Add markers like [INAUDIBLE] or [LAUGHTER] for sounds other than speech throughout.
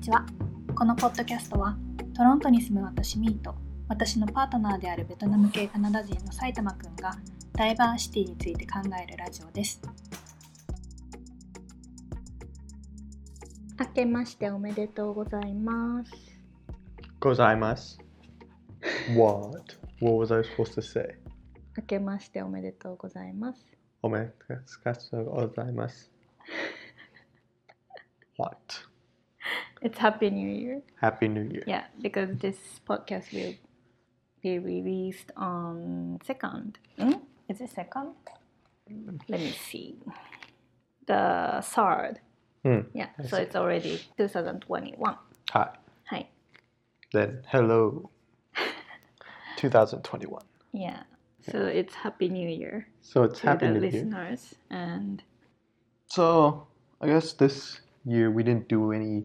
ちはこのポッドキャストはトロントに住む私ミーと私のパートナーであるベトナム系カナダ人の埼玉くんがダイバーシティについて考えるラジオです明けましておめでとうございます。ございます。What? What was I supposed to say? Oh 明けましておめでとうございます。おめでとうございます。What? It's Happy New Year. Happy New Year. Yeah, because this podcast will be released on second. Mm? Is it second? Let me see. The third. うん。 Yeah, so it's already 2021. ははい。い。Then, hello. 2021. Yeah. So it's Happy New Year So it's to Happy the New Year. listeners and So, I guess this year we didn't do any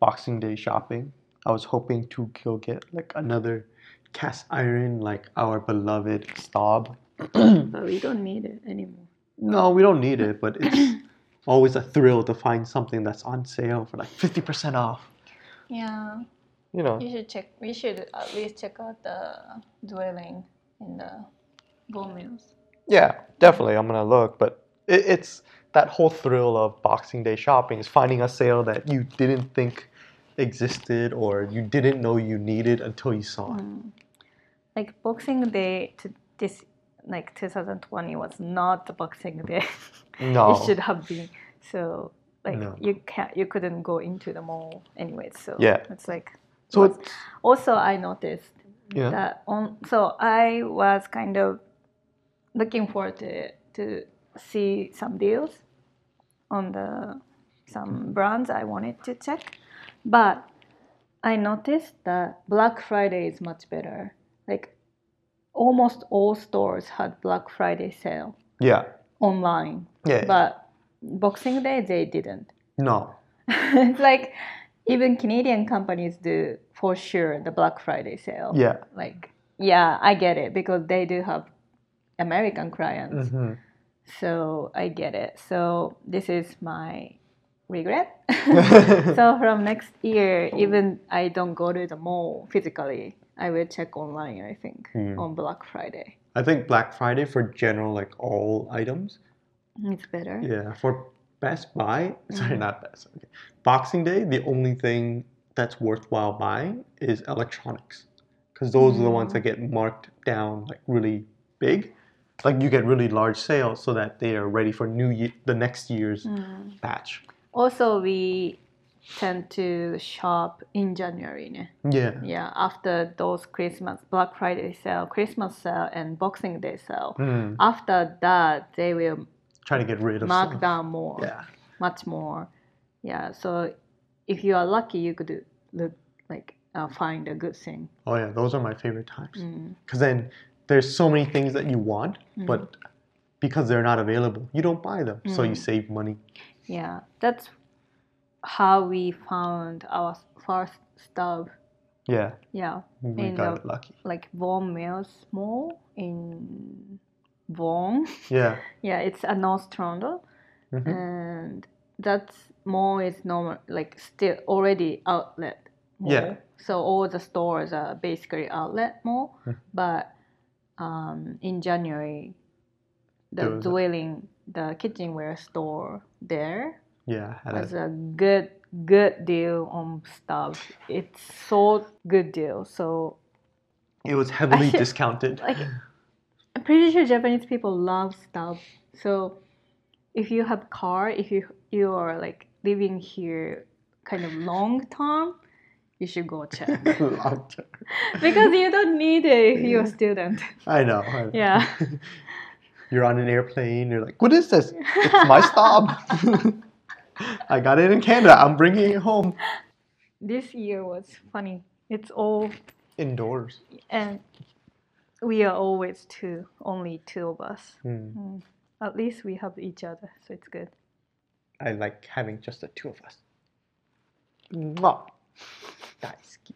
Boxing Day shopping. I was hoping to go get like another cast iron, like our beloved Staub. Hmm. but we don't need it anymore. No, we don't need it, but it's [COUGHS] always a thrill to find something that's on sale for like 50% off. Yeah. You know, You should check. We should at least check out the dwelling in the bone mills. yeah, definitely I'm gonna look, but it, it's that whole thrill of Boxing Day shopping is finding a sale that you didn't think existed or you didn't know you needed until you saw Mm. it. Like Boxing Day to this, like 2020 was not the Boxing Day. [LAUGHS] No. it should have been. So like Oh. No. you can't, you couldn't go into the mall anyway. So Yeah. it's like. So was- it's, also I noticed yeah, that on. So I was kind of looking forward to to see some deals on the some brands I wanted to check, but I noticed that Black Friday is much better. Like almost all stores had Black Friday sale yeah, online, yeah, but Boxing Day they didn't. [LAUGHS] no, it's like even Canadian companies do for sure the Black Friday sale yeah, like yeah i get it because they do have american clients mhm, so i get it so this is my [LAUGHS] regret so from next year Oh. even i don't go to the mall physically i will check online i think Hmm. on black friday I think Black Friday for general like all items it's better Yeah, for Best Buy, sorry, Mhm. not Best. Okay. Boxing Day, the only thing that's worthwhile buying is electronics, because those are the ones that Mm. get marked down like really big. Like you get really large sales so that they are ready for new year, the next year's Mm. batch. also we tend to shop in january ne? Yeah, yeah after those christmas black friday sale christmas sale and boxing day sale Mm, after that they will trying to get rid of mark some- down more Yeah, much more yeah so if you are lucky you could look like uh, find a good thing oh yeah, those are my favorite times. mm. Because then there's so many things that you want, but because they're not available, you don't buy them, so you Mm-hmm. Mm. save money. yeah that's how we found our first stove Yeah, yeah we And got the- lucky. like Vaughan Mills Mall in Vaughan Yeah. [LAUGHS] yeah it's a North Toronto Mhm. and that mall is normal like still already outlet mall. Yeah. so all the stores are basically outlet mall Mhm. but um, in january the There was a- dwelling the kitchenware store there Yeah, had was a, a good good deal on stuff it's so good deal so it was [LAUGHS] heavily should- discounted. [LAUGHS] like I'm pretty sure Japanese people love stuff. So if you have car, if you you are like living here kind of long term, you should go check [LAUGHS] Long term. because you don't need it if you're a student. [LAUGHS] I know. I know. Yeah. You're on an airplane. You're like, what is this? It's [LAUGHS] my stop. [LAUGHS] I got it in Canada. I'm bringing it home. This year was funny. It's all Indoors. and we are always two, only two of us. Hmm. Mm. At least we have each other, so it's good. I like having just the two of us. Mwah. Daisuki.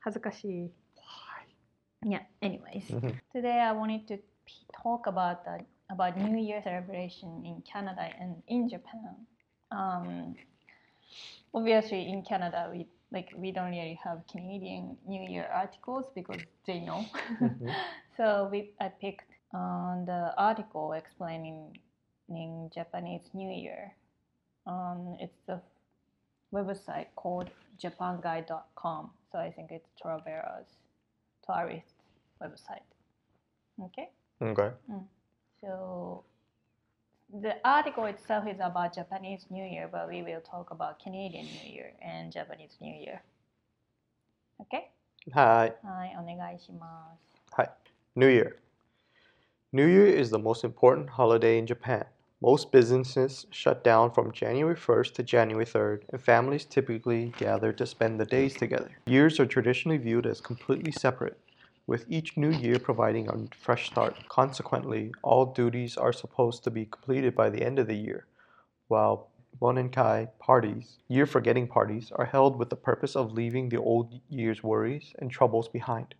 恥ずかしい。 Why? Yeah. Anyways, Mhm. today I wanted to p- talk about the, about New Year celebration in Canada and in Japan. Um, Obviously, in Canada, we like we don't really have Canadian New Year articles because they know. Mhm. [LAUGHS] So we I picked um, the article explaining Japanese New Year. Um, it's a website called JapanGuide.com. So I think it's Travera's tourist website. Okay. Okay. So the article itself is about Japanese New Year, but we will talk about Canadian New Year and Japanese New Year. Okay? Hi. はい、お願いします。 Hi. New Year. New Year is the most important holiday in Japan. Most businesses shut down from January 1st to January 3rd, and families typically gather to spend the days together. Years are traditionally viewed as completely separate, with each new year providing a fresh start. Consequently, all duties are supposed to be completed by the end of the year, while Bonenkai parties, year forgetting parties, are held with the purpose of leaving the old year's worries and troubles behind.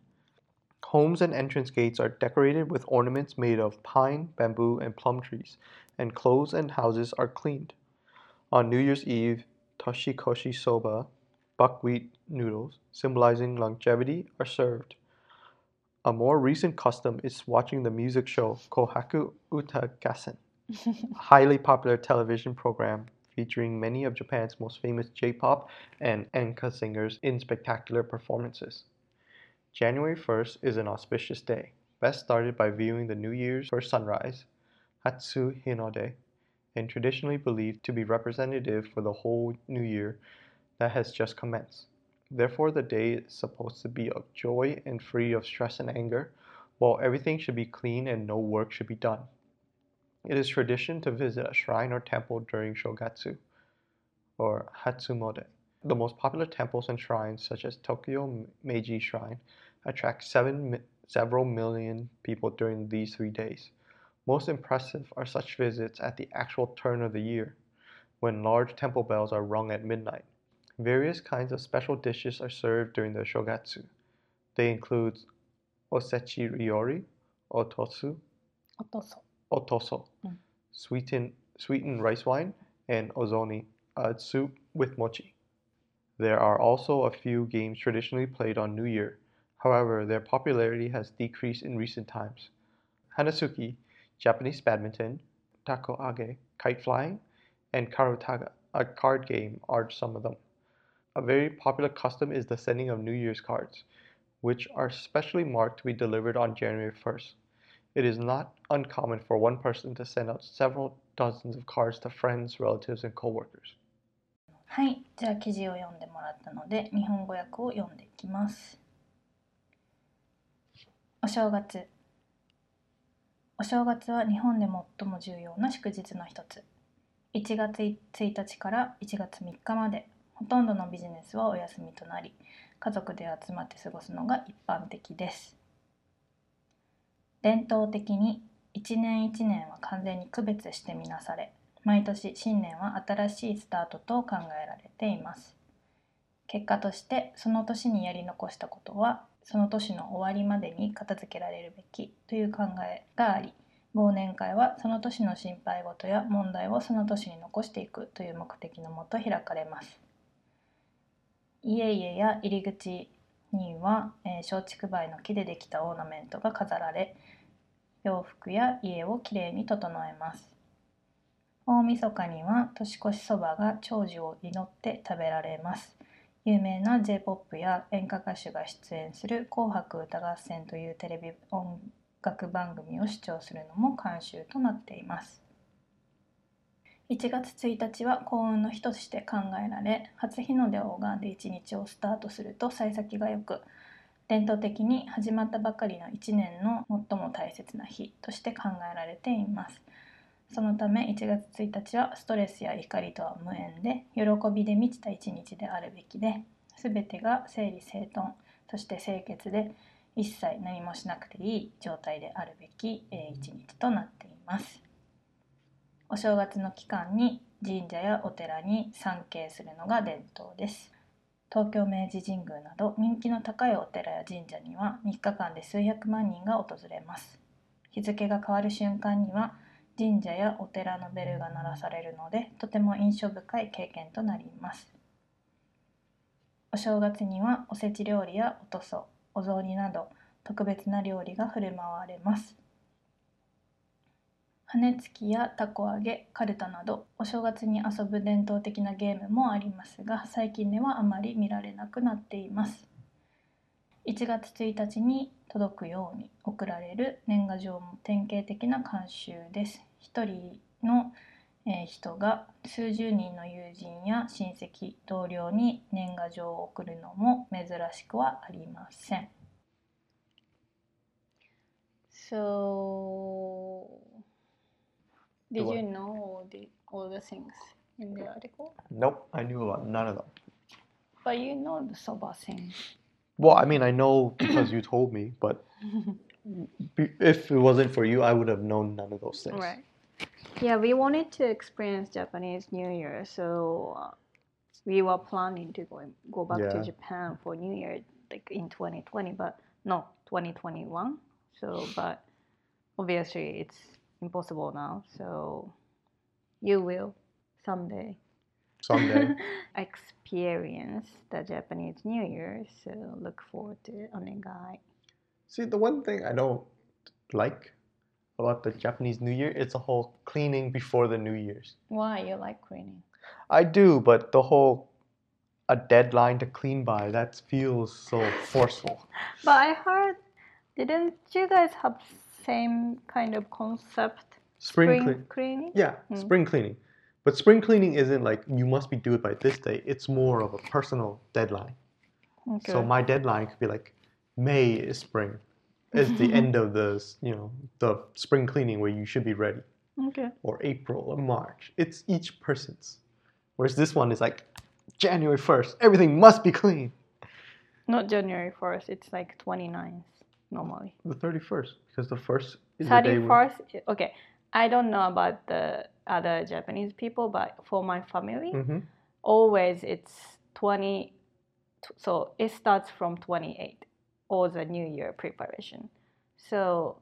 Homes and entrance gates are decorated with ornaments made of pine, bamboo, and plum trees, and clothes and houses are cleaned. On New Year's Eve, toshikoshi soba, buckwheat noodles, symbolizing longevity, are served. A more recent custom is watching the music show Kohaku Utagassen, a highly popular television program featuring many of Japan's most famous J-pop and enka singers in spectacular performances. January 1st is an auspicious day, best started by viewing the New Year's first sunrise, Hatsu Hinode, and traditionally believed to be representative for the whole new year that has just commenced. Therefore, the day is supposed to be of joy and free of stress and anger, while everything should be clean and no work should be done. It is tradition to visit a shrine or temple during Shogatsu, or Hatsumode. The most popular temples and shrines, such as Tokyo Meiji Shrine, attract seven, mi- several million people during these three days. Most impressive are such visits at the actual turn of the year, when large temple bells are rung at midnight. Various kinds of special dishes are served during the shogatsu. They include osechi ryori, ototsu, おとそ。 otoso, Mm. sweetened, sweetened rice wine, and ozoni, a soup with mochi. There are also a few games traditionally played on New Year. However, their popularity has decreased in recent times. Hanasuki, Japanese badminton, takoage, kite flying, and karutaga, a card game, are some of them. A very popular custom is the sending of New Year's cards, which are specially marked to be delivered on January 1st. It is not uncommon for one person to send out several dozens of cards to friends, relatives, and coworkers. はい、じゃあ記事を読んでもらったので日本語訳を読んでいきます。お正月お正月は日本で最も重要な祝日の一つ。1月1日から1月3日までほとんどのビジネスはお休みとなり家族で集まって過ごすのが一般的です。伝統的に1年1年は完全に区別してみなされ毎年新年は新しいスタートと考えられています結果としてその年にやり残したことはその年の終わりまでに片付けられるべきという考えがあり忘年会はその年の心配事や問題をその年に残していくという目的のもと開かれます家々や入り口には、えー松竹梅の木でできたオーナメントが飾られ洋服や家をきれいに整えます大晦日には年越しそばが長寿を祈って食べられます有名な J-POP や演歌歌手が出演する「紅白歌合戦」というテレビ音楽番組を視聴するのも慣習となっています1月1日は幸運の日として考えられ初日の出を拝んで1日をスタートすると幸先がよく伝統的に始まったばかりの1年の最も大切な日として考えられていますそのため1月1日はストレスや怒りとは無縁で喜びで満ちた一日であるべきで全てが整理整頓そして清潔で一切何もしなくていい状態であるべきえー一日となっていますお正月の期間に神社やお寺に参詣するのが伝統です東京明治神宮など人気の高いお寺や神社には3日間で数百万人が訪れます日付が変わる瞬間には神社やお寺のベルが鳴らされるのでとても印象深い経験となりますお正月にはおせち料理やおとそお雑煮など特別な料理が振る舞われます羽根つきやたこ揚げカルタなどお正月に遊ぶ伝統的なゲームもありますが最近ではあまり見られなくなっています1月1日に届くように送られる年賀状も典型的な慣習です一人のえー人が数十人の友人や親戚同僚に年賀状を送るのも珍しくはありません So, did what? you know all the all the things in the article? Nope, I knew about none of them. But you know the soba thing. Well, I mean, I know because you told me, but [LAUGHS] be- if it wasn't for you, I would have known none of those things. Right. Yeah, we wanted to experience Japanese New Year, so uh, we were planning to go go back Yeah. to Japan for New Year, like in 2020, but no, 2021. So, but obviously it's impossible now. So, you will someday Someday. [LAUGHS] experience the Japanese New Year. So look forward to it. Onegai. See, the one thing I don't like about the Japanese New Year, it's a whole cleaning before the New Year's. Why you like cleaning? I do, but the whole a deadline to clean by, that feels so forceful. But I heard, didn't you guys have same kind of concept? Spring, Spring clean. cleaning? Yeah, Mm. spring cleaning. But spring cleaning isn't like you must be do it by this day. It's more of a personal deadline. Okay. So my deadline could be like May is spring. It's [LAUGHS] the end of the s- you know the spring cleaning where you should be ready, okay. or April or March. It's each person's. Whereas this one is like January first, everything must be clean. Not January 1st, it's like 29th normally. The thirty first, because the first is the day. When, 31st, i- okay. I don't know about the other Japanese people, but for my family, hmm always it's 20. t- So it starts from 28, all the New Year preparation. So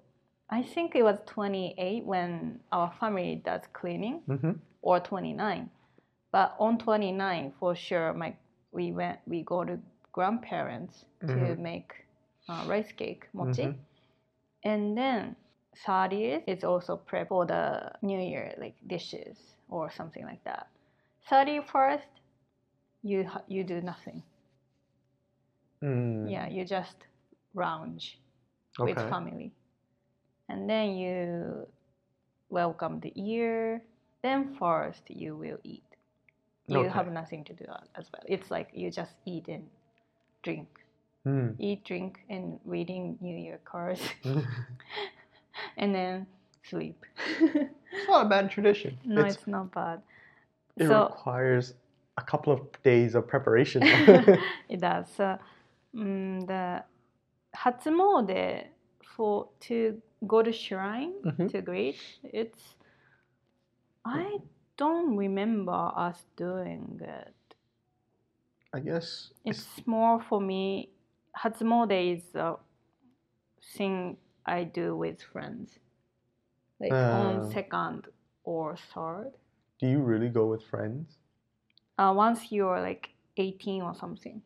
I think it was 28 when our family does cleaning. hmm or 29 but on 29 for sure my we went we go to grandparents to Mhm. make uh, rice cake mochi Mhm. and then 30th is also prep for the new year like dishes or something like that 31st you ha- you do nothing Mm, yeah you just lounge okay. with family. And then you welcome the year. Then first you will eat. You have Okay. nothing to do a- as well. It's like you just eat and drink, Mm. eat, drink, and reading New Year cards, [LAUGHS] and then sleep. [LAUGHS] [LAUGHS] it's not a bad tradition. no, It's- it's, not bad. it so requires a couple of days of [LAUGHS] preparation. [LAUGHS] it does. So, mm the Hatsumode for to go to shrine Mhm. to greet. It's I don't remember us doing it. I guess It's more for me. Hatsumode is a thing I do with friends, like Ah. on second or third. Do you really go with friends? Uh, once you're like 18 or something.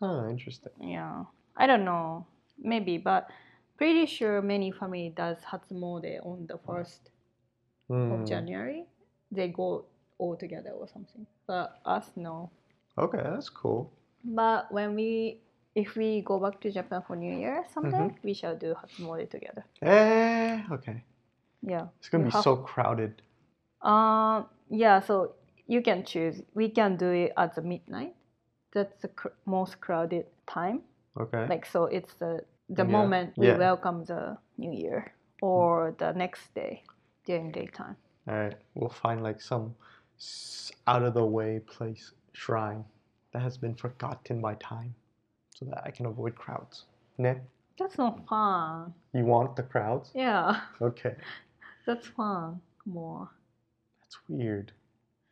Huh, interesting. Yeah, I don't know, maybe, but pretty sure many family does Hatsumode on the first Hmm. of January. They go all together or something. But us, no. Okay, that's cool. But when we, if we go back to Japan for New Year someday, Mm-hmm. we shall do Hatsumode together. Eh, okay. Yeah. It's gonna You be have- so crowded. Um. Yeah. So you can choose. We can do it at the midnight. That's the cr- most crowded time. Okay. like so it's the the Oh, Yeah. moment we Yeah. welcome the new year or the next day during daytime All right, we'll find like some s- out of the way place shrine that has been forgotten by time, so that I can avoid crowds. Ne? that's not fun You want the crowds? yeah Okay. that's fun more That's weird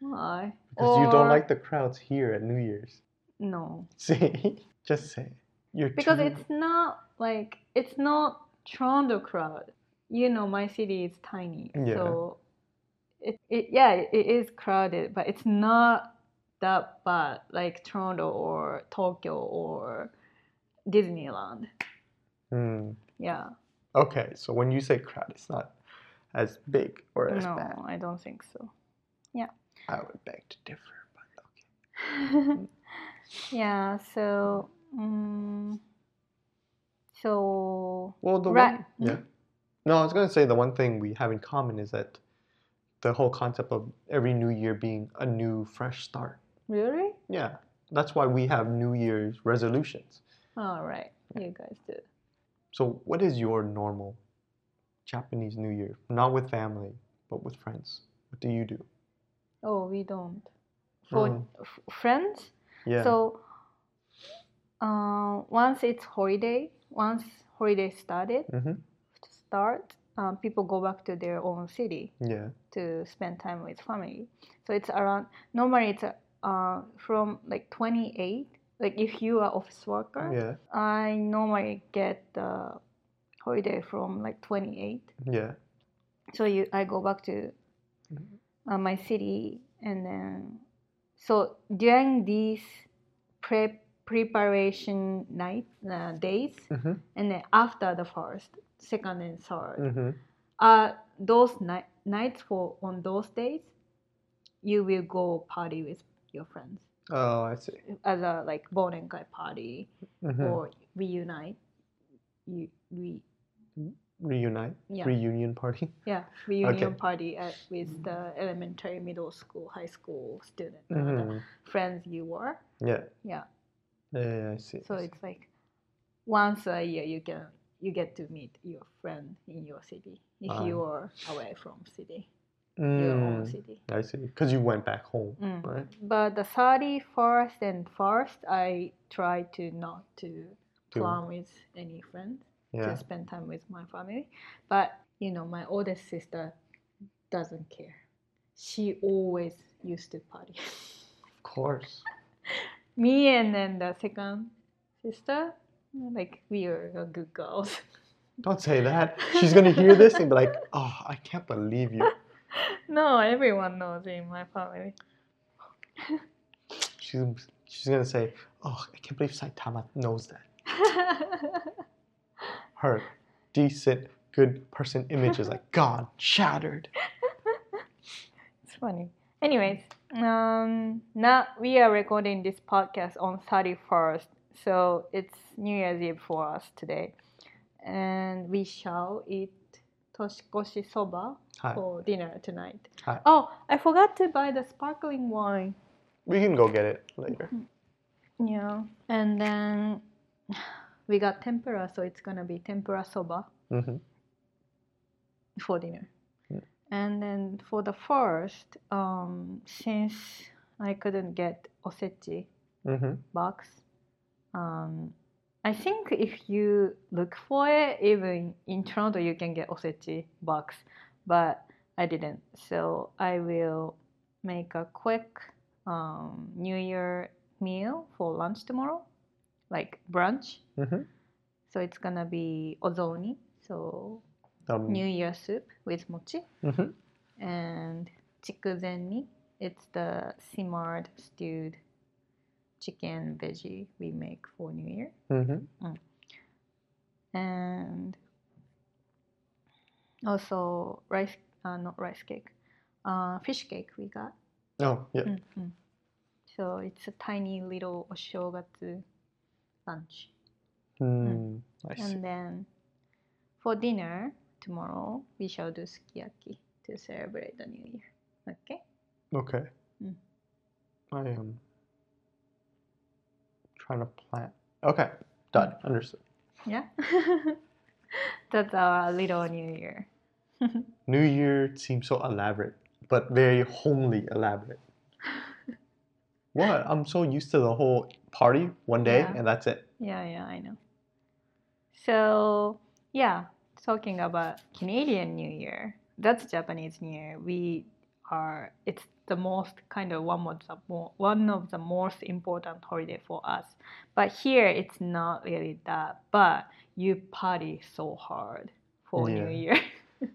why because you don't Or- like the crowds here at New Year's. [LAUGHS] no See, just say you're because too- it's not like it's not toronto crowd you know my city is tiny Yeah. so It, it yeah, it, it is crowded, but it's not that bad like Toronto or Tokyo or Disneyland. Hmm. Yeah. Okay, so when you say crowd, it's not as big or as no, bad. I don't think [LAUGHS] so. I would beg to differ, but okay. yeah. So. Um, so. Well, the Right. one, yeah. No, I was gonna say the one thing we have in common is that the whole concept of every new year being a new, fresh start. Really? Yeah, that's why we have New Year's resolutions. All right. You guys do. So, what is your normal Japanese New Year? Not with family, but with friends. What do you do? Oh, we don't. For Mm. f- friends? Yeah. So uh, once it's holiday, once holiday started hmm to start, um, people go back to their own city Yeah. to spend time with family. So it's around normally it's uh, from like 28. Like if you are office worker, Yeah. I normally get the holiday from like 28. Yeah. So you, I go back to Mhm. uh, my city, and then so during these prep preparation night uh, days, Mm-hmm. and then after the first, second, and 3rd Mm-hmm. uh, those night nights for on those days, you will go party with your friends Oh, I see. as a like Bonenkai party hmm or reunite. You we Reunite. yeah. [LAUGHS] Reunion party. Yeah, reunion Okay. party at, with the elementary, middle school, high school student uh, the hmm friends you were. Yeah. Yeah, Yeah, I see. I so see. it's like once a year you can you get to meet your friend in your city if Ah. you are away from city, your own Mm, city. I see. Because you went back home, Mm. right? But the thirty first and first, I try to not to To- plan with any friends Yeah. to spend time with my family, but you know my oldest sister doesn't care. She always used to party. [LAUGHS] Of course. Me and then the second sister, like we are the good girls. [LAUGHS] Don't say that. She's gonna hear this and be like, "Oh, I can't believe you." no, everyone knows in my family. [LAUGHS] She's she's gonna say, "Oh, I can't believe Saitama knows that." Her decent, good person image is [LAUGHS] like gone, shattered. it's funny. Anyways, um, now we are recording this podcast on thirty first, so it's New Year's Eve for us today, and we shall eat toshikoshi soba Hi. for dinner tonight. Hi. Oh, I forgot to buy the sparkling wine. We can go get it later. Yeah, and then we got tempura, so it's gonna be tempura soba hmm Mm-hmm. for dinner. Yeah. And then for the first, um, since I couldn't get osechi hmm box, um, I think if you look for it, even in Toronto, you can get osechi box, but I didn't. So I will make a quick um, New Year meal for lunch tomorrow, like brunch. hmm So it's gonna be ozoni, so Um, New Year soup with mochi mhm. and chikuzenni. It's the simmered stewed chicken veggie we make for New Year. Mhm. And also rice, uh, not rice cake, uh, fish cake we got. Oh, yeah. Mhm. So it's a tiny little oshogatsu lunch. Mm, I see. And then for dinner tomorrow, we shall do sukiyaki to celebrate the New Year. Okay? Okay. Mm. I am trying to plan. Okay, done. Understood. Yeah. [LAUGHS] That's our little new year. New Year seems so elaborate, but very homely elaborate. what? I'm so used to the whole party one day Yeah. and that's it. Yeah, yeah, I know. So, yeah, talking about Canadian New Year. That's Japanese New Year. We are it's the most kind of one of the mo one of the most important holiday for us. But here it's not really that, but you party so hard for New Yeah. Year. [LAUGHS]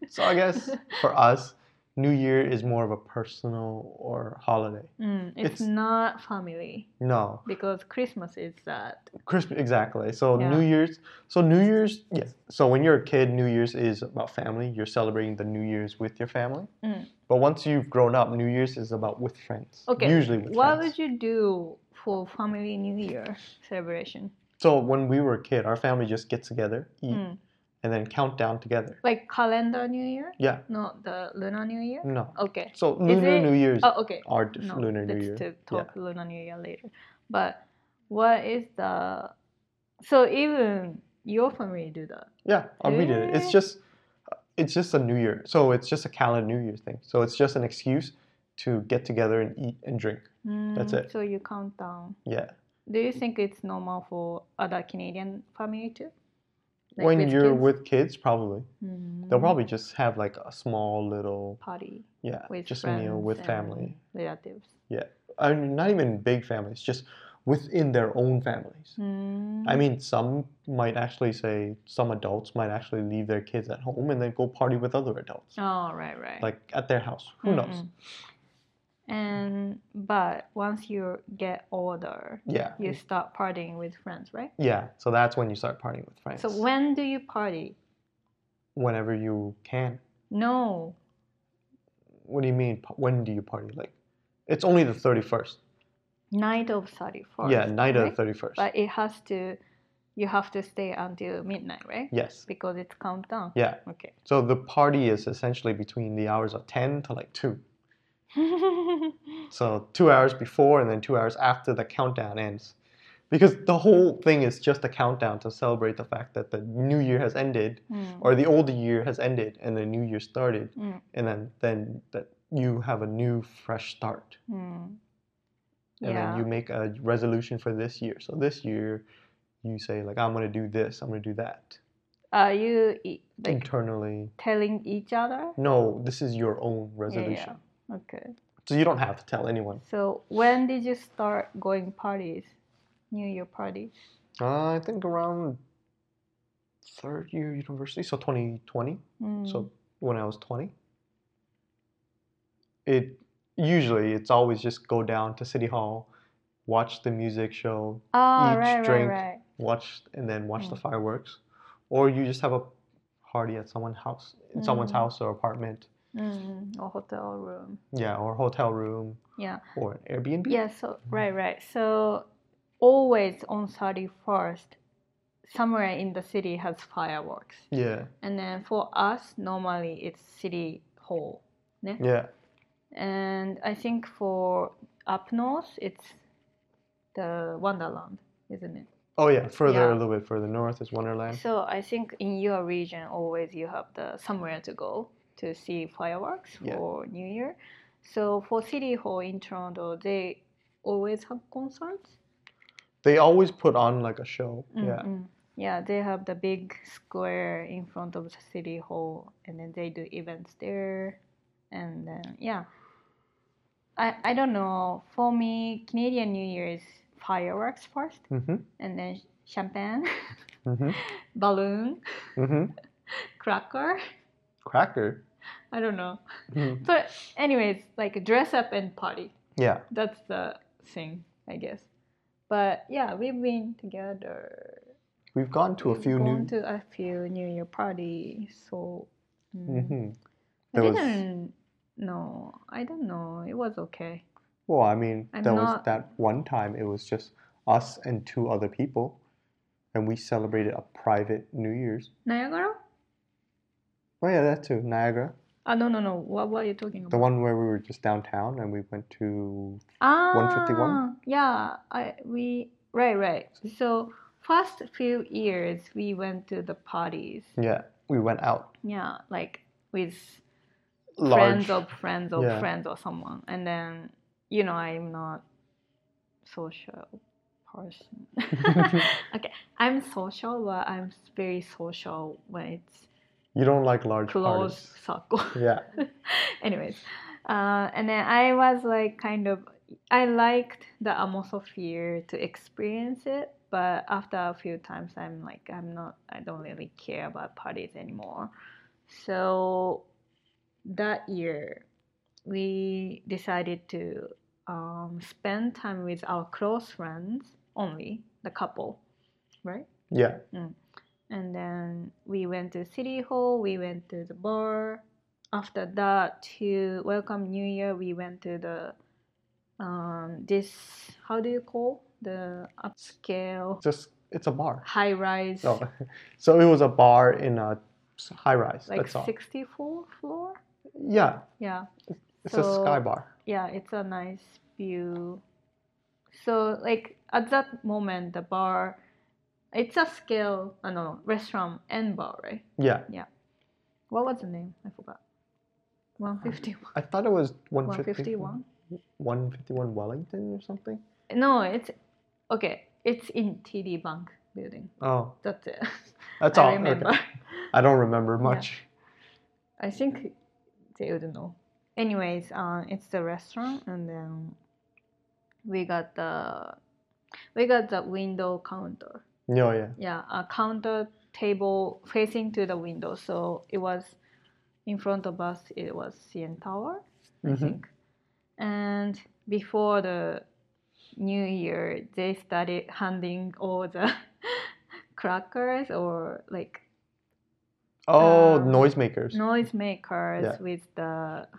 So I guess for us, New Year is more of a personal or holiday. Mm, it's, It's- not family No, because Christmas is that. Christmas exactly. So Yeah. New Year's. So New Year's. Yeah. So when you're a kid, New Year's is about family. You're celebrating the New Year's with your family. Mm. But once you've grown up, New Year's is about with friends. Okay. Usually with What friends. would you do for family New Year celebration? So when we were a kid, our family just get together, eat, Mm. and then count down together. Like calendar New Year? Yeah. Not the lunar New Year? No. Okay. So Lunar Oh. it- New Year's Oh, okay. are diff- No, Hmm. Lunar New let's Year. t- talk Lunar New Year later. But what is the? So even your family do that. Yeah, I'll read it. It's Eh. just it's just a New Year. So it's just a calendar New Year thing. So it's just an excuse to get together and eat and drink. Mm, it. So you count down. Yeah. Do you think it's normal for other Canadian family too? Like when you're kids? with kids, probably. They'll Mm, probably just have like a small little party yeah, with just friends meal with and family. relatives. I mean, not even big families, just within their own families. Mm, I mean, some might actually say some adults might actually leave their kids at home and then go party with other adults, Oh right, right. like at their house. Who knows? Mm-mm. And but once you get older, Yeah, you start partying with friends, right? yeah. So that's when you start partying with friends. So when do you party? whenever you can. No. What do you mean? pa- When do you party? Like, it's only the thirty first. Night of 31st. Yeah, night of the right? thirty first. But it has to, you have to stay until midnight, right? Yes. Because it's countdown. Yeah. Okay. [LAUGHS] So the party is essentially between the hours of ten to like two. Hmm, So two hours before and then two hours after the countdown ends. Because the whole thing is just a countdown to celebrate the fact that the new year has ended, Mm. or the old year has ended and the new year started, Mm. and then, then that you have a new fresh start. Mm. and Yeah. then you make a resolution for this year. So this year, you say like, I'm gonna do this, I'm gonna do that Are you e- Mm. like internally. telling each other? No, this is your own resolution. Okay. So you don't have to tell anyone. So when did you start going parties? New Year parties? Uh, I think around third year university, so 2020. Mm. So when I was 20, it usually it's always just go down to city hall, watch the music show, Ah, each right, drink- right, right. watch and then watch Mm. the fireworks, or you just have a party at someone's house, in someone's Mm. house or apartment, Mm. Or hotel room. yeah, or hotel room Yeah. or an Airbnb. Yeah, so right, right. So always on 31st, somewhere in the city has fireworks. yeah, And then for us, normally it's city hall. yeah, And I think for up north, it's the Wonderland, isn't it? Oh yeah, further Yeah. a little bit further north is Wonderland. So I think in your region, always you have the somewhere to go to see fireworks Yeah. for New Year. So for city hall in Toronto, they always have concerts. They always put on like a show. Yeah, Mm-mm. mm. Yeah, they have the big square in front of the city hall, and then they do events there, and then yeah. I I don't know. For me, Canadian New Year is fireworks first, hmm and then champagne, [LAUGHS] hmm balloon, hmm cracker. Cracker. I don't know. Mhm. But anyways, like dress up and party. Yeah, That's the thing, I guess. But yeah, we've been together we've gone to a We've few gone new. to a few New Year party. So mm, hmm I There was- didn't know. I don't know. It was okay. Well, I mean, I'm there was not- that one time it was just us and two other people, and we celebrated a private New Year's. Niagara? Oh yeah, that too, Niagara. Ah no no no. What what are you talking about? The one where we were just downtown and we went to ah 151? Yeah. I we right right. So first few years we went to the parties. yeah, we went out Yeah, like with large. friends of friends of Yeah. friends or someone and then you know i'm not social person [LAUGHS] okay i'm social but i'm very social when it's You don't like large close parties. circle Yeah, anyways uh, and then i was like kind of i liked the atmosphere to experience it but after a few times i'm like i'm not i don't really care about parties anymore so that year, we decided to um, spend time with our close friends only, the couple, right? Yeah. And then we went to City Hall, we went to the bar. After that, to welcome New Year, we went to the um, this how do you call the upscale Just it's a bar. high rise No. [LAUGHS] so it was a bar in a high rise. like that's all. 64 floor? Yeah. Yeah. It's a So- sky bar. yeah it's a nice view so like at that moment the bar it's a scale i no restaurant and bar right Yeah. what was the name i forgot Um, 151 I thought it was 150, 151 151 Wellington or something. no it's okay it's in td bank building Oh, that's it that's [LAUGHS] all. i Okay. remember I don't remember much. i think they would know anyways uh, it's the restaurant and then we got the we got the window counter No, yeah. yeah a counter table facing to the window so it was in front of us it was CN Tower I Mhm. think and before the new year they started handing all the [LAUGHS] crackers or like Oh, Um, noisemakers. noise makers Yeah. with the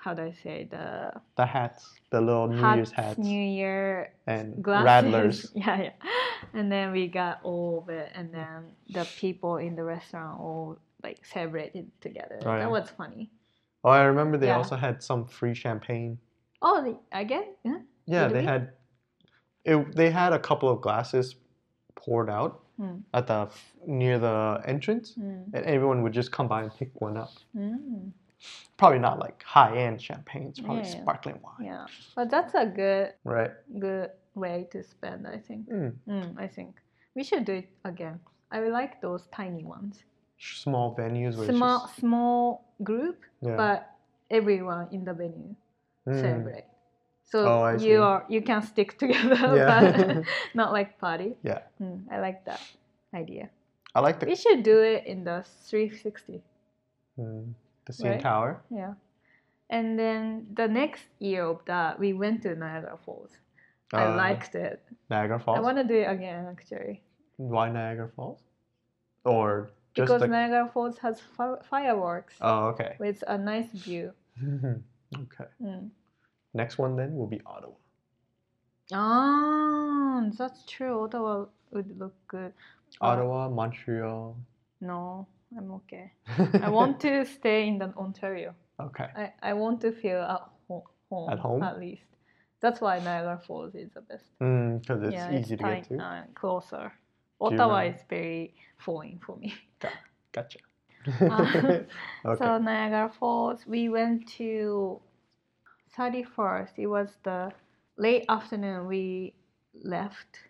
how do I say the The hats, the little New Year's hats, New Year and glasses. rattlers. [LAUGHS] yeah, yeah. And then we got all of it, and then the people in the restaurant all like celebrated together. Oh, yeah. That was funny. Oh, I remember they Yeah. also had some free champagne. Oh, the- again? Huh? Yeah, Did they we? had. It, they had a couple of glasses poured out Hmm. at the f- near the entrance, Mm. and everyone would just come by and pick one up. Mm. Probably not like high end champagne. It's probably Yeah, yeah. sparkling wine, Yeah, but that's a good right? good way to spend. I think. Mm. Mm, I think we should do it again. I like those tiny ones. Small venues where Small it's just, small group, yeah. but everyone in the venue. Mm. celebrate. So Oh, I you see. are you can stick [LAUGHS] together, Yeah. [LAUGHS] but not like party. Yeah. Mm, I like that idea. I like the We should do it in the 360. mm, the CN Right? Tower. Yeah. And then the next year of that, we went to Niagara Falls. I Uh, liked it. Niagara Falls. I want to do it again actually Why Niagara Falls? Or just because the Niagara Falls has fi- fireworks Oh, okay. [LAUGHS] with a nice view. okay. Mm. Next one then will be Ottawa. Ah, that's true. Ottawa would look good. Oh. Ottawa, Montreal. No, I'm okay. I want to stay in the Ontario. [LAUGHS] Okay. I, I want to feel at ho- home. At home? least. That's why Niagara Falls is the best. Because Mm, it's yeah, easy it's to get tight, to. Uh, closer. Ottawa remember- is very foreign for me. Gotcha. [LAUGHS] Uh, [LAUGHS] okay. So Niagara Falls, we went to 31st. It was the late afternoon. We left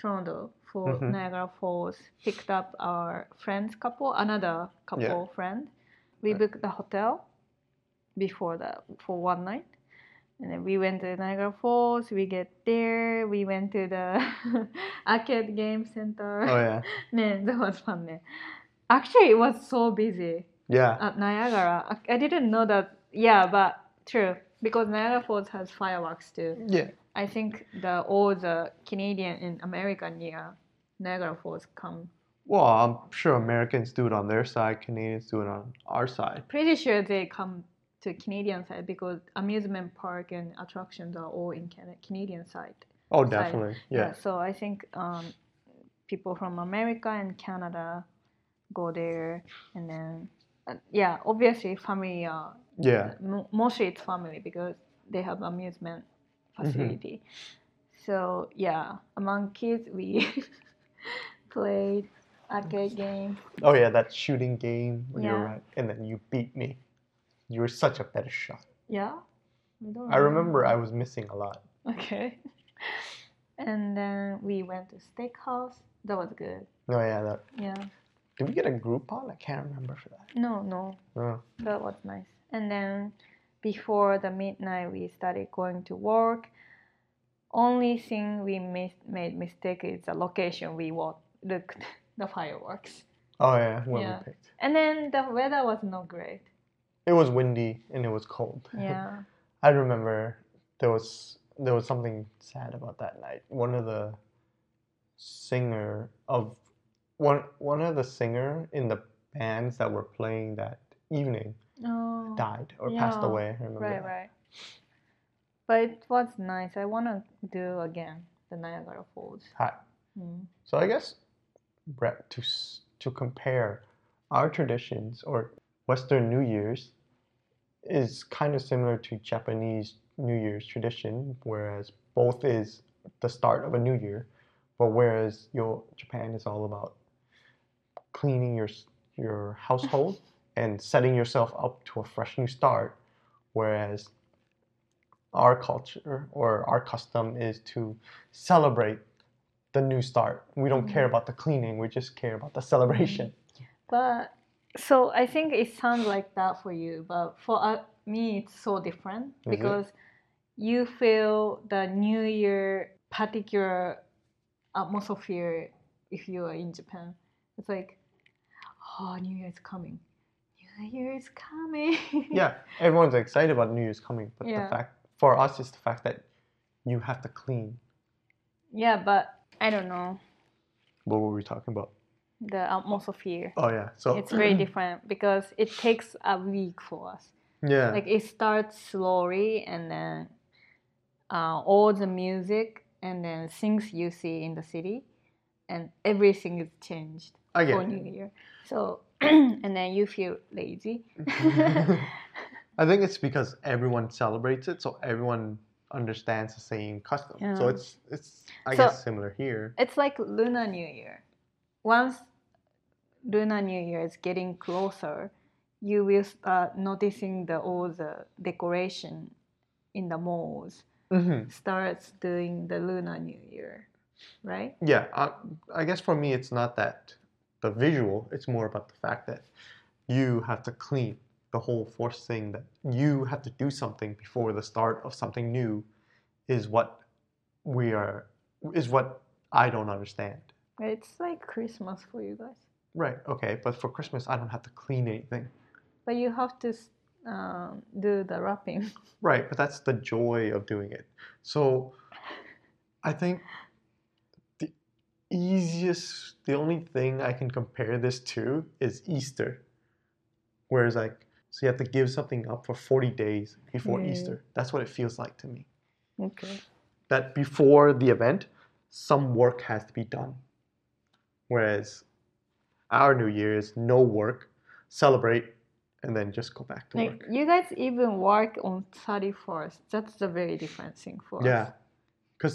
Toronto for Mhm. Niagara Falls, picked up our friends couple, another couple friend. We Right. booked the hotel before that for one night. And then we went to Niagara Falls. We get there. We went to the [LAUGHS] arcade game center. oh yeah. [LAUGHS] Man, that was fun, man. Actually, it was so busy Yeah. at Uh, Niagara. I, I didn't know that. Yeah, but true because Niagara Falls has fireworks too. yeah. I think the all the Canadian and American near Niagara Falls come. Well, I'm sure Americans do it on their side, Canadians do it on our side. Pretty sure they come to Canadian side because amusement park and attractions are all in Can- Canadian side. Oh, Side. definitely. Yeah. So I think um, people from America and Canada go there, and then uh, yeah, obviously family are Yeah. Uh, mo- mostly it's family because they have amusement Mm-hmm. facility. So yeah, among kids we [LAUGHS] played arcade game. Oh yeah, that shooting game. You're Yeah. right. And then you beat me. You were such a better shot. Yeah, I, don't I remember I was missing a lot. Okay, [LAUGHS] and then we went to steakhouse. That was good. No, Oh, yeah, that Yeah. Did we get a Groupon? I can't remember for that. No, no, Oh, that was nice. And then before the midnight, we started going to work. Only thing we mis- made mistake is the location we wa- looked [LAUGHS] the fireworks. oh yeah, when Yeah. we picked. And then the weather was not great. It was windy and it was cold. Yeah. [LAUGHS] I remember there was there was something sad about that night. One of the singer of one one of the singer in the bands that were playing that evening Oh. died or passed Yeah. away. I remember Right, that. right. But it was nice. I want to do again the Niagara Falls. Hi. Mm. So I guess Brett, to s- to compare our traditions or Western New Year's is kind of similar to Japanese New Year's tradition, whereas both is the start of a new year, but whereas your Japan is all about cleaning your s- your household and setting yourself up to a fresh new start, whereas our culture or our custom is to celebrate the new start. We don't care about the cleaning, we just care about the celebration. But so I think it sounds like that for you, but for uh, me, it's so different it? because you feel the New Year particular atmosphere if you are in Japan. It's like, oh, New Year is coming. New Year is coming. Yeah, everyone's excited about New Year's coming, but Yeah. the fact for us is the fact that you have to clean. [LAUGHS] yeah, but I don't know What were we talking about? the atmosphere. Oh yeah, so It's very different because it takes a week for us. yeah, Like it starts slowly and then uh, all the music and then things you see in the city and everything is changed I get for [LAUGHS] it. New Year. So [CLEARS THROAT] and then you feel [LAUGHS] lazy. [LAUGHS] I think it's because everyone celebrates it, so everyone understands the same custom. So Yeah. it's it's I So- guess similar here. it's like Lunar New Year. Once Lunar New Year is getting closer, you will start noticing the all the decoration in the malls Mm-hmm. hmm starts doing the Lunar New Year, right? Yeah, I, I guess for me it's not that the visual. It's more about the fact that you have to clean the whole force thing. That you have to do something before the start of something new, is what we are. Is what I don't understand. It's like Christmas for you guys, Right. Okay. But for Christmas, I don't have to clean anything. but you have to um, do the wrapping. [LAUGHS] Right, but that's the joy of doing it. So I think the easiest, the only thing I can compare this to is Easter. Whereas, like, so you have to give something up for 40 days before Mm. Easter. That's what it feels like to me. Okay. That before the event, some work has to be done. Whereas our New Year is no work, celebrate, and then just go back to Like work. you guys even work on thirty first. That's the very different thing for Yeah, us. because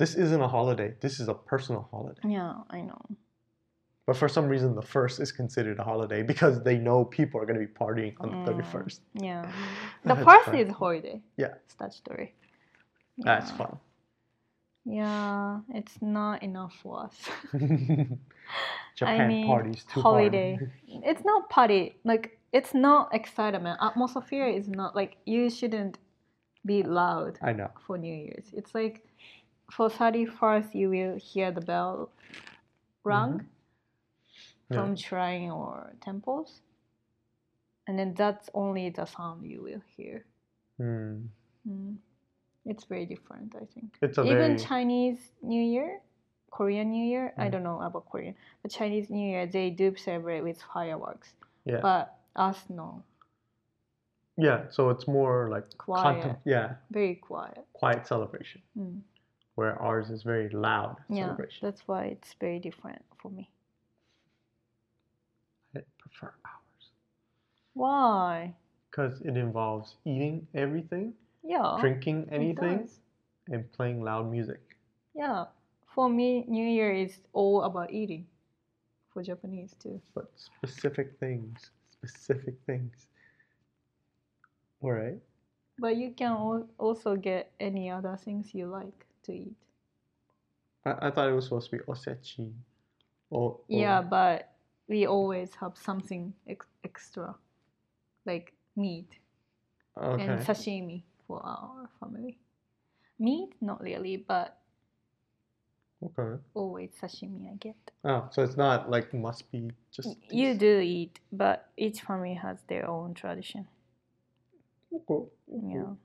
this isn't a holiday. This is a personal holiday. Yeah, I know. But for some reason, the first is considered a holiday because they know people are going to be partying on the Mm. thirty first. [LAUGHS] Yeah. The That's first fun. is holiday. Yeah. Statutory. That's Yeah. [GASPS] fun. [LAUGHS] Yeah, it's not enough for us. [LAUGHS] Japan mean, parties too holiday. hard. it's not party. Like it's not excitement. Atmosphere is not like you shouldn't be loud [LAUGHS] I know. for New Year's. It's like for thirty first you will hear the bell rung Mm-hmm. Yeah. from shrine or temples. And then that's only the sound you will hear. Hmm. Mm. It's very different, I think. It's a even very Chinese New Year, Korean New Year. I Mm. don't know about Korean, but Chinese New Year they do celebrate with fireworks. Yeah. But us no, yeah. So it's more like quiet, contem- yeah, very quiet. quiet celebration, Mm. where ours is very loud Yeah, celebration. that's why it's very different for me. I prefer ours Why? because it involves eating everything, Yeah, drinking Oh, it anything, does. and playing loud music. Yeah, for me, New Year is all about eating. For Japanese too. but specific things, specific things. All right. But you can al- also get any other things you like to eat. I, I thought it was supposed to be osechi. Or, or Yeah, but we always have something ex- extra, like meat okay. and sashimi for our family. Meat, not really, but Okay. Always sashimi I get. Oh, so it's not like must be just. You these. do eat, but each family has their own tradition. Okay. Yeah, Oh,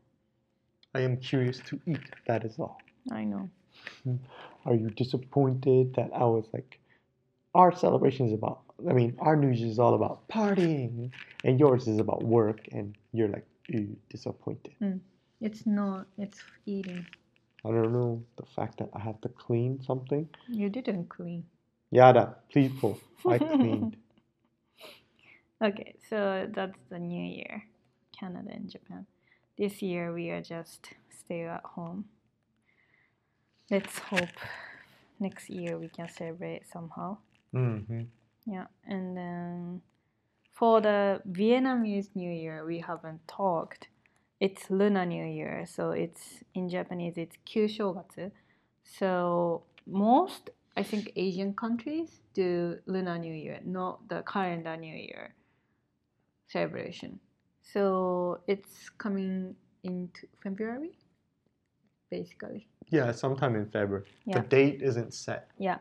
I am curious to eat. That is all. I know. Are you disappointed that I was like, our celebration is about? I mean, our New Year's is all about partying, and yours is about work, and you're like, you disappointed. It's not. It's eating. I don't know the fact that I have to clean something. You didn't clean. Yada, please pull. I [LAUGHS] cleaned. Okay, so that's the new year, Canada and Japan. This year we are just stay at home. Let's hope next year we can celebrate somehow. Mm-hmm. hmm Yeah, and then for the Vietnamese New Year, we haven't talked. It's Lunar New Year, so it's in Japanese it's Kyushogatsu. So most I think Asian countries do Lunar New Year, not the calendar New Year celebration. So it's coming into February, basically. Yeah, sometime in February. Yeah. The date isn't set. Yeah.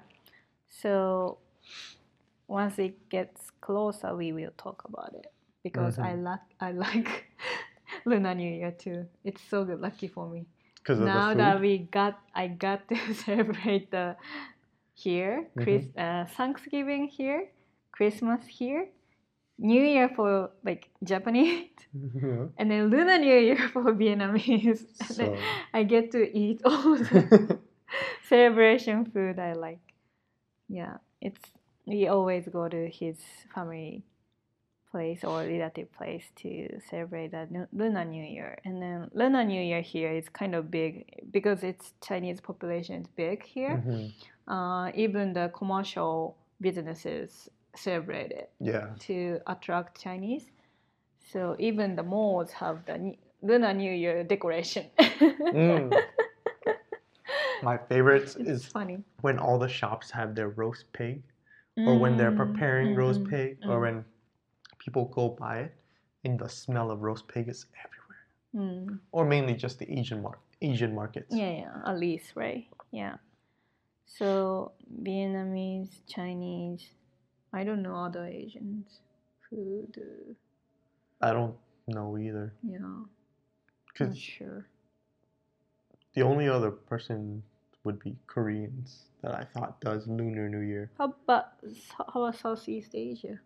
So once it gets closer, we will talk about it because I Mm-hmm. like I like [LAUGHS] Lunar New Year too. It's so good, lucky for me. Because of now the that food. we got, I got to [LAUGHS] celebrate the here, Mm-hmm. Chris, uh, Thanksgiving here, Christmas here, New Year for like Japanese, [LAUGHS] yeah. and then Lunar New Year [LAUGHS] for Vietnamese. [LAUGHS] And then [LAUGHS] So, I get to eat all the celebration food I like. Yeah, it's we always go to his family place or relative place to celebrate the Nu- Lunar New Year. And then Lunar New Year here is kind of big because it's Chinese population is big here. Mhm. Uh, even the commercial businesses celebrate it Yeah. to attract Chinese. So even the malls have the Ni- Lunar New Year decoration. [LAUGHS] Mm. [LAUGHS] My favorites it's is funny. when all the shops have their roast pig, or when they're Mm, preparing roast mm, pig, mm. or when people go buy it, and the smell of roast pig is everywhere. Mm. Or mainly just the Asian mar- Asian markets. Yeah, yeah, at least, right? Yeah. So Vietnamese, Chinese, I don't know other Asians uh, who do. I don't know either. Yeah, Cause not sure. the only other person would be Koreans that I thought does Lunar New Year. How about how about Southeast Asia?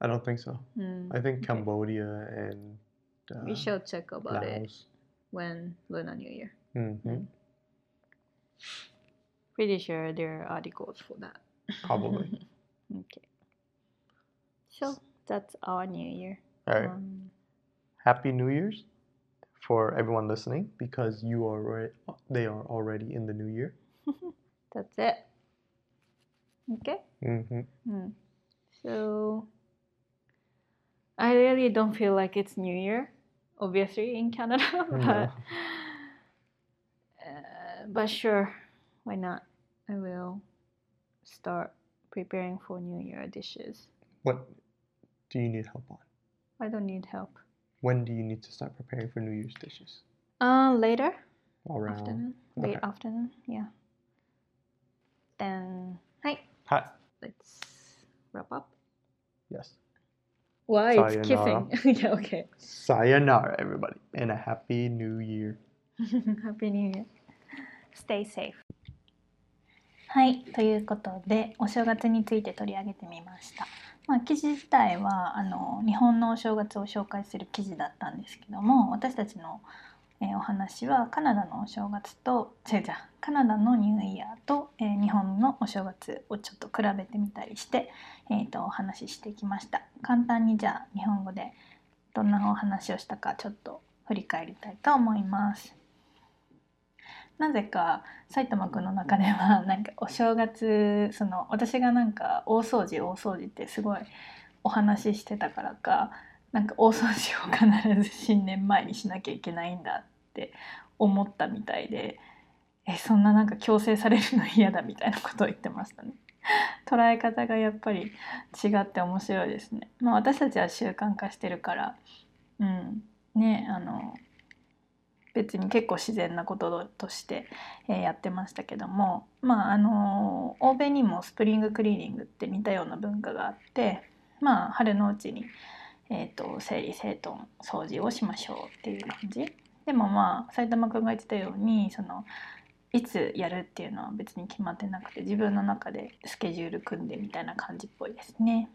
I don't think so. Mm. I think Okay. Cambodia and uh, we shall check about it Laos. when Lunar New Year. [LAUGHS] Mhm, Pretty sure there are articles for that. Probably. [LAUGHS] Okay. So that's our New Year. All right. Um, Happy New Year's for everyone listening because you are already, they are already in the new year. that's it. Okay. hmm Mm. So I really don't feel like it's New Year, obviously in Canada, [LAUGHS] but No. uh, but sure, why not? I will start preparing for New Year dishes. What do you need help on? I don't need help. When do you need to start preparing for New Year's dishes? Uh, later Around. afternoon, late okay. afternoon, yeah. Then hi, Hi. let's wrap up. Yes. Why Sayonara. it's kissing? [LAUGHS] yeah, okay. Sayonara, everybody, and a happy new year. Happy New Year. Stay safe. はい、ということでお正月について取り上げてみました。まあ、記事自体はあの日本のお正月を紹介する記事だったんですけども私たちの、えーお話はカナダのお正月と違う違うカナダのニューイヤーと、えー日本のお正月をちょっと比べてみたりして、えー、とお話ししてきました。簡単にじゃあ日本語でどんなお話をしたかちょっと振り返りたいと思います。なぜか埼玉くんの中では [LAUGHS] なんかお正月その私がなんか大掃除大掃除ってすごいお話ししてたからかなんか大掃除を必ず新年前にしなきゃいけないんだって思ったみたいでえそんななんか強制されるの嫌だみたいなことを言ってましたね。 [LAUGHS] 捉え方がやっぱり違って面白いですね。まあ私たちは習慣化してるから、うん、ねあの別に結構自然なこととして、えーやってましたけども、まああのー欧米にもスプリングクリーニングって似たような文化があって、まあ、春のうちに、えー、と整理整頓掃除をしましょうっていう感じ。でもまあ埼玉君が言ってたようにそのいつやるっていうのは別に決まってなくて自分の中でスケジュール組んでみたいな感じっぽいですね。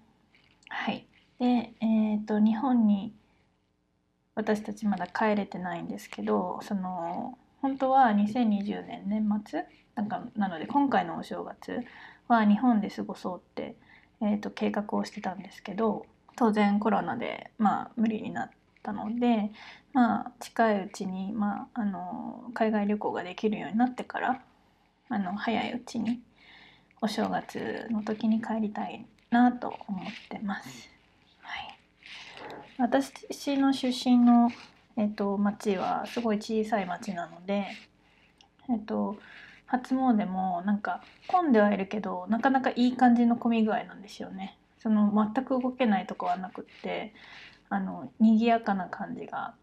はい、で、えー、と日本に私たちまだ帰れてないんですけどその本当は2020年年末なんかなので今回のお正月は日本で過ごそうって、えー、と計画をしてたんですけど当然コロナで、まあ、無理になったので、まあ、近いうちに、まあ、あの海外旅行ができるようになってからあの早いうちにお正月の時に帰りたいなと思ってます。はい私の出身の、えっと町はすごい小さい町なので、えっと初詣もなんか混んではいるけどなかなかいい感じの混み具合なんですよね。その全く動けないとこはなくってあの賑やかな感じが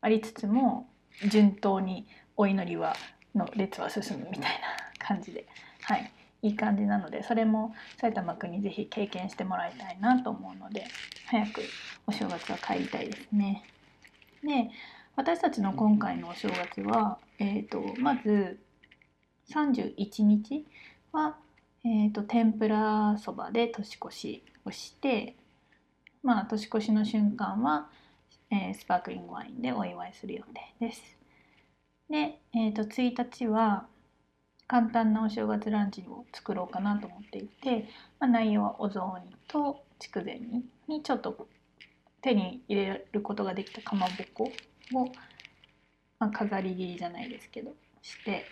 ありつつも順当にお祈りはの列は進むみたいな感じで、はい、いい感じなのでそれも埼玉君にぜひ経験してもらいたいなと思うので早くお正月は帰りたいですね。で私たちの今回のお正月は、えー、とまず31日は、えー、と天ぷらそばで年越しをして、まあ、年越しの瞬間は、えースパークリングワインでお祝いする予定です。で、えー、と1日は簡単なお正月ランチを作ろうかなと思っていて、まあ、内容はお雑煮と筑前煮にちょっと手に入れることができたかまぼこを、まあ、飾り切りじゃないですけどして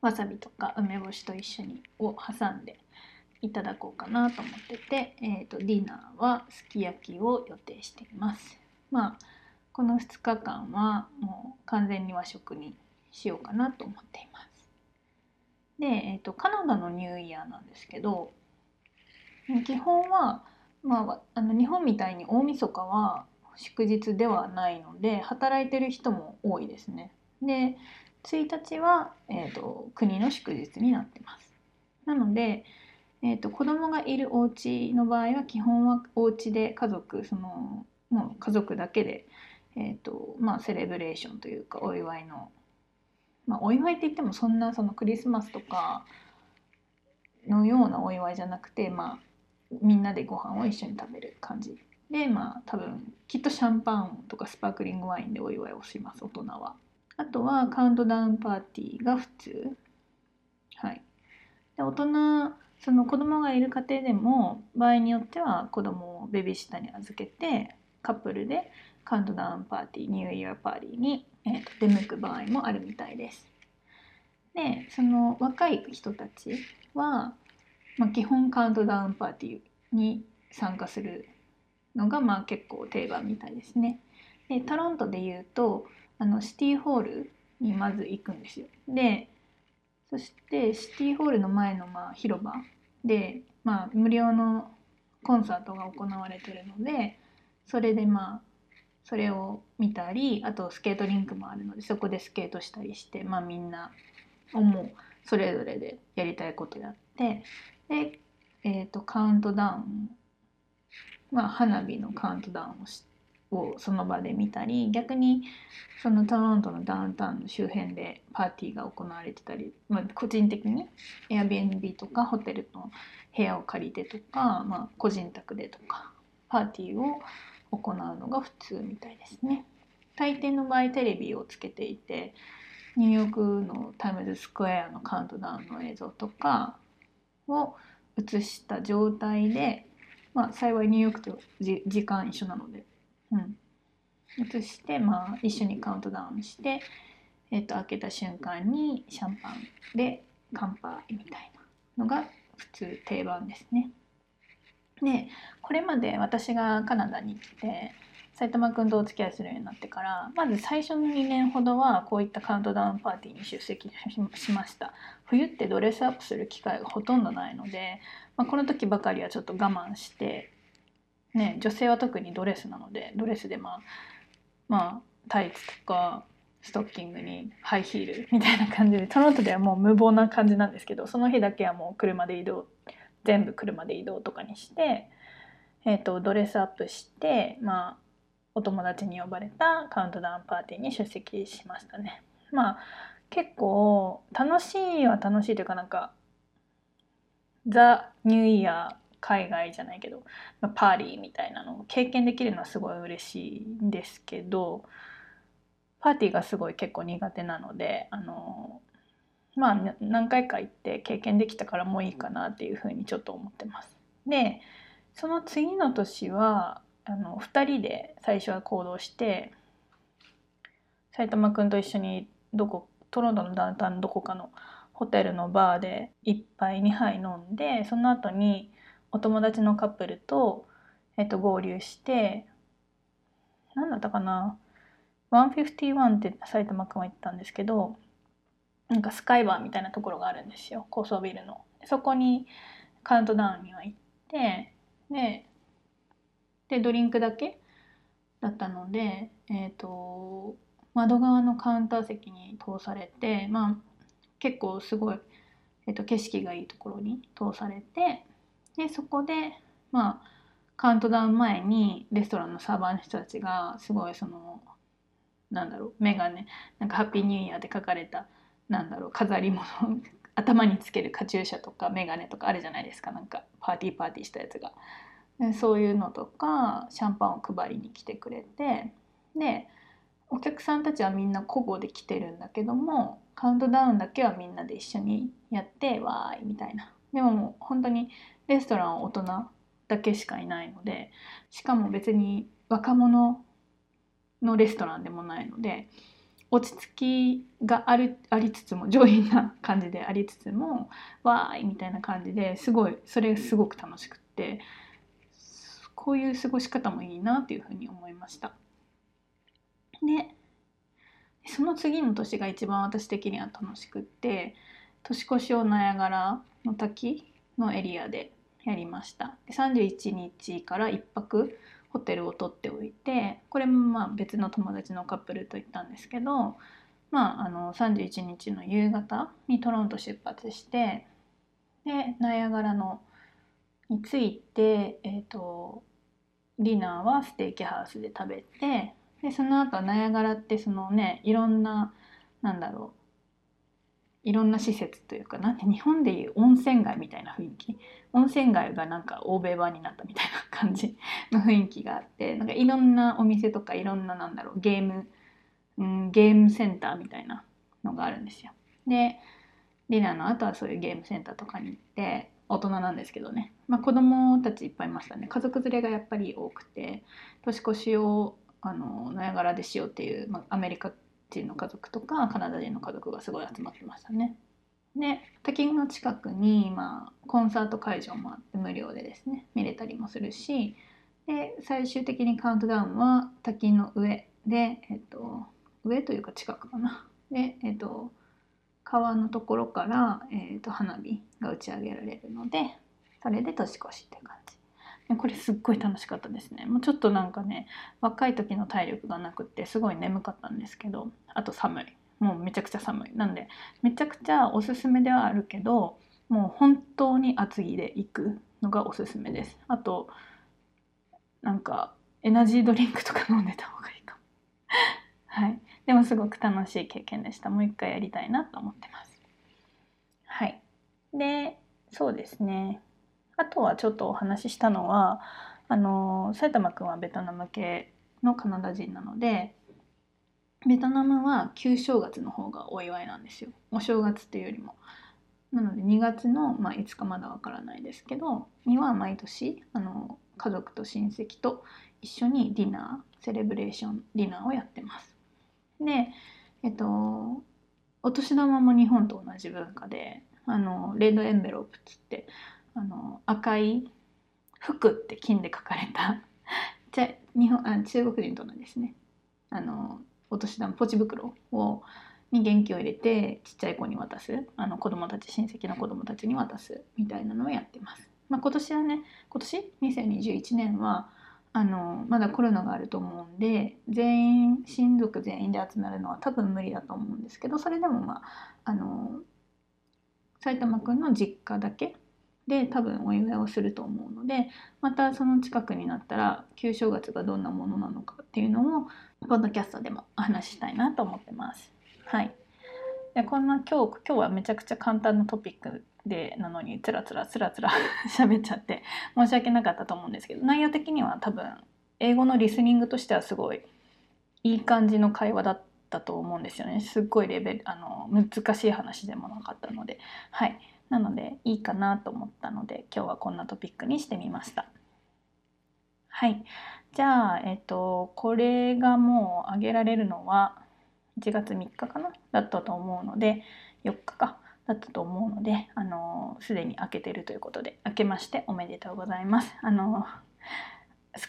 わさびとか梅干しと一緒にを挟んでいただこうかなと思ってて、えー、とディナーはすき焼きを予定しています。まあこの2日間はもう完全に和食にしようかなと思っています。で、えー、とカナダのニューイヤーなんですけど基本は、まあわ、あの日本みたいに大晦日は祝日ではないので働いてる人も多いですね。で1日は、えー、と国の祝日になってます。なので、えー、と子供がいるお家の場合は基本はお家で家族そのもう家族だけで、えーとまあ、セレブレーションというかお祝いの、まあ、お祝いって言ってもそんなそのクリスマスとかのようなお祝いじゃなくて、まあ、みんなでご飯を一緒に食べる感じでまあ多分きっとシャンパンとかスパークリングワインでお祝いをします大人はあとはカウントダウンパーティーが普通はいで大人その子供がいる家庭でも場合によっては子供をベビーシッターに預けてカップルでカウントダウンパーティーニューイヤーパーティーに、えーと出向く場合もあるみたいですでその若い人たちはまあ、基本カウントダウンパーティーに参加するのがまあ結構定番みたいですね。でトロントで言うとあのシティホールにまず行くんですよ。でそしてシティホールの前のまあ広場で、まあ、無料のコンサートが行われてるのでそれでまあそれを見たりあとスケートリンクもあるのでそこでスケートしたりして、まあ、みんな思うそれぞれでやりたいことやってで、えー、とカウントダウン、まあ、花火のカウントダウンをしをその場で見たり逆にそのトロントのダウンタウンの周辺でパーティーが行われてたり、まあ、個人的に Airbnb とかホテルの部屋を借りてとか、まあ、個人宅でとかパーティーを行うのが普通みたいですね。大抵の場合テレビをつけていてニューヨークのタイムズスクエアのカウントダウンの映像とかを移した状態で、まあ、幸いニューヨークとじ時間一緒なので、うん、移して、まあ、一緒にカウントダウンして、えっと開けた瞬間にシャンパンで乾杯みたいなのが普通定番ですね。でこれまで私がカナダに来て埼玉君とお付き合いするようになってからまず最初の2年ほどはこういったカウントダウンパーティーに出席ししました。冬ってドレスアップする機会がほとんどないので、まあ、この時ばかりはちょっと我慢して、ね、女性は特にドレスなのでドレスでまあまあタイツとかストッキングにハイヒールみたいな感じでトロントではもう無謀な感じなんですけどその日だけはもう車で移動全部車で移動とかにして、えー、とドレスアップして、まあ、お友達に呼ばれたカウントダウンパーティーに出席しましたね。まあ結構楽しいは楽しいというかなんかザ・ニューイヤー海外じゃないけど、まあ、パーリーみたいなのを経験できるのはすごい嬉しいんですけどパーティーがすごい結構苦手なのであのまあな何回か行って経験できたからもういいかなっていうふうにちょっと思ってます。でその次の年はあの2人で最初は行動して埼玉くんと一緒にどこトロントのダウンタウンのどこかのホテルのバーで1杯2杯飲んでその後にお友達のカップルと、えっと、合流して何だったかな151って埼玉くんは言ったんですけどなんかスカイバーみたいなところがあるんですよ高層ビルの。そこにカウントダウンには行ってででドリンクだけだったので、えっと窓側のカウンター席に通されて、まあ、結構すごい、えっと景色がいいところに通されてでそこで、まあ、カウントダウン前にレストランのサーバーの人たちがすごいそのなんだろうメガネなんか「ハッピーニューイヤー」って書かれたなんだろう飾り物 [LAUGHS] 頭につけるカチューシャとかメガネとかあるじゃないですかなんかパーティーパーティーしたやつが。でそういうのとかシャンパンを配りに来てくれてでお客さんたちはみんな個々で来てるんだけどもカウントダウンだけはみんなで一緒にやってわーいみたいなでももう本当にレストランは大人だけしかいないのでしかも別に若者のレストランでもないので落ち着きがあるありつつも上品な感じでありつつもわーいみたいな感じですごいそれすごく楽しくってこういう過ごし方もいいなっていうふうに思いました。でその次の年が一番私的には楽しくって年越しをナヤガラの滝のエリアでやりましたで31日から1泊ホテルを取っておいてこれもまあ別の友達のカップルと行ったんですけど、まあ、あの31日の夕方にトロント出発してでナヤガラのに着いて、えー、とディナーはステーキハウスで食べてでその後ナヤガラってそのねいろんななんだろういろんな施設というかなんて日本でいう温泉街みたいな雰囲気温泉街がなんか欧米版になったみたいな感じの雰囲気があってなんかいろんなお店とかいろんななんだろうゲーム、うん、ゲームセンターみたいなのがあるんですよ。でディナーの後はそういうゲームセンターとかに行って大人なんですけどね、まあ、子供たちいっぱいいましたね家族連れがやっぱり多くて年越しをあのナヤガラでしようっていう、まあ、アメリカ人の家族とかカナダ人の家族がすごい集まってましたね。で滝の近くに、まあ、コンサート会場もあって無料でですね見れたりもするしで最終的にカウントダウンは滝の上で、えっと、上というか近くかなで、えっと、川のところから、えっと、花火が打ち上げられるのでそれで年越しっていう感じでこれすっごい楽しかったですねもうちょっとなんかね若い時の体力がなくってすごい眠かったんですけどあと寒いもうめちゃくちゃ寒いなんでめちゃくちゃおすすめではあるけどもう本当に厚着で行くのがおすすめですあとなんかエナジードリンクとか飲んでた方がいいかも [LAUGHS] はいでもすごく楽しい経験でしたもう一回やりたいなと思ってますはいでそうですねあとはちょっとお話ししたのはあの埼玉くんはベトナム系のカナダ人なのでベトナムは旧正月の方がお祝いなんですよお正月というよりも。なので2月の、まあ、いつかまだわからないですけどには毎年あの家族と親戚と一緒にディナーセレブレーションディナーをやってます。でえっとお年玉も日本と同じ文化であのレッドエンベロープっつってあの赤い服って金で書かれた [LAUGHS] じゃ日本あ中国人とのですねあのお年玉ポチ袋をに元気を入れてちっちゃい子に渡すあの子供たち親戚の子供たちに渡すみたいなのをやってます。まあ、今年はね今年2021年はあのまだコロナがあると思うんで全員親族全員で集まるのは多分無理だと思うんですけどそれでもまああの埼玉くんの実家だけで多分お祝いをすると思うのでまたその近くになったら旧正月がどんなものなのかっていうのをポッドキャストでもお話ししたいなと思ってます。はい、でこんな今日今日はめちゃくちゃ簡単なトピックでなのにつらつらつらつら [LAUGHS] 喋っちゃって申し訳なかったと思うんですけど内容的には多分英語のリスニングとしてはすごいいい感じの会話だったと思うんですよねすっごいレベルあの難しい話でもなかったのではいなのでいいかなと思ったので今日はこんなトピックにしてみましたはいじゃあえっ、とこれがもう上げられるのは1月3日かなだったと思うので4日かだったと思うのであのすでに明けてるということで明けましておめでとうございますあの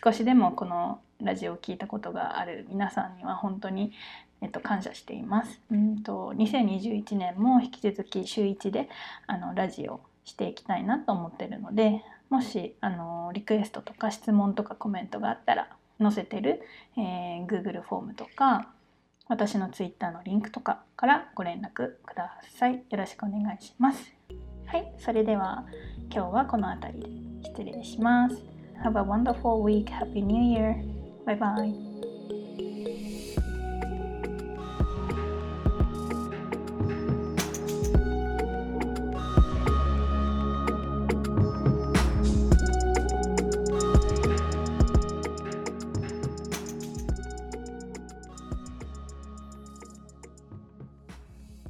少しでもこのラジオを聞いたことがある皆さんには本当に、えっと、感謝していますうんと2021年も引き続き週1であのラジオしていきたいなと思ってるのでもしあのリクエストとか質問とかコメントがあったら載せてる、えー Google フォームとか私の Twitter のリンクとかからご連絡ください。よろしくお願いします。はい、それでは今日はこの辺りで失礼します。Have a wonderful week. Happy New Year. Bye bye.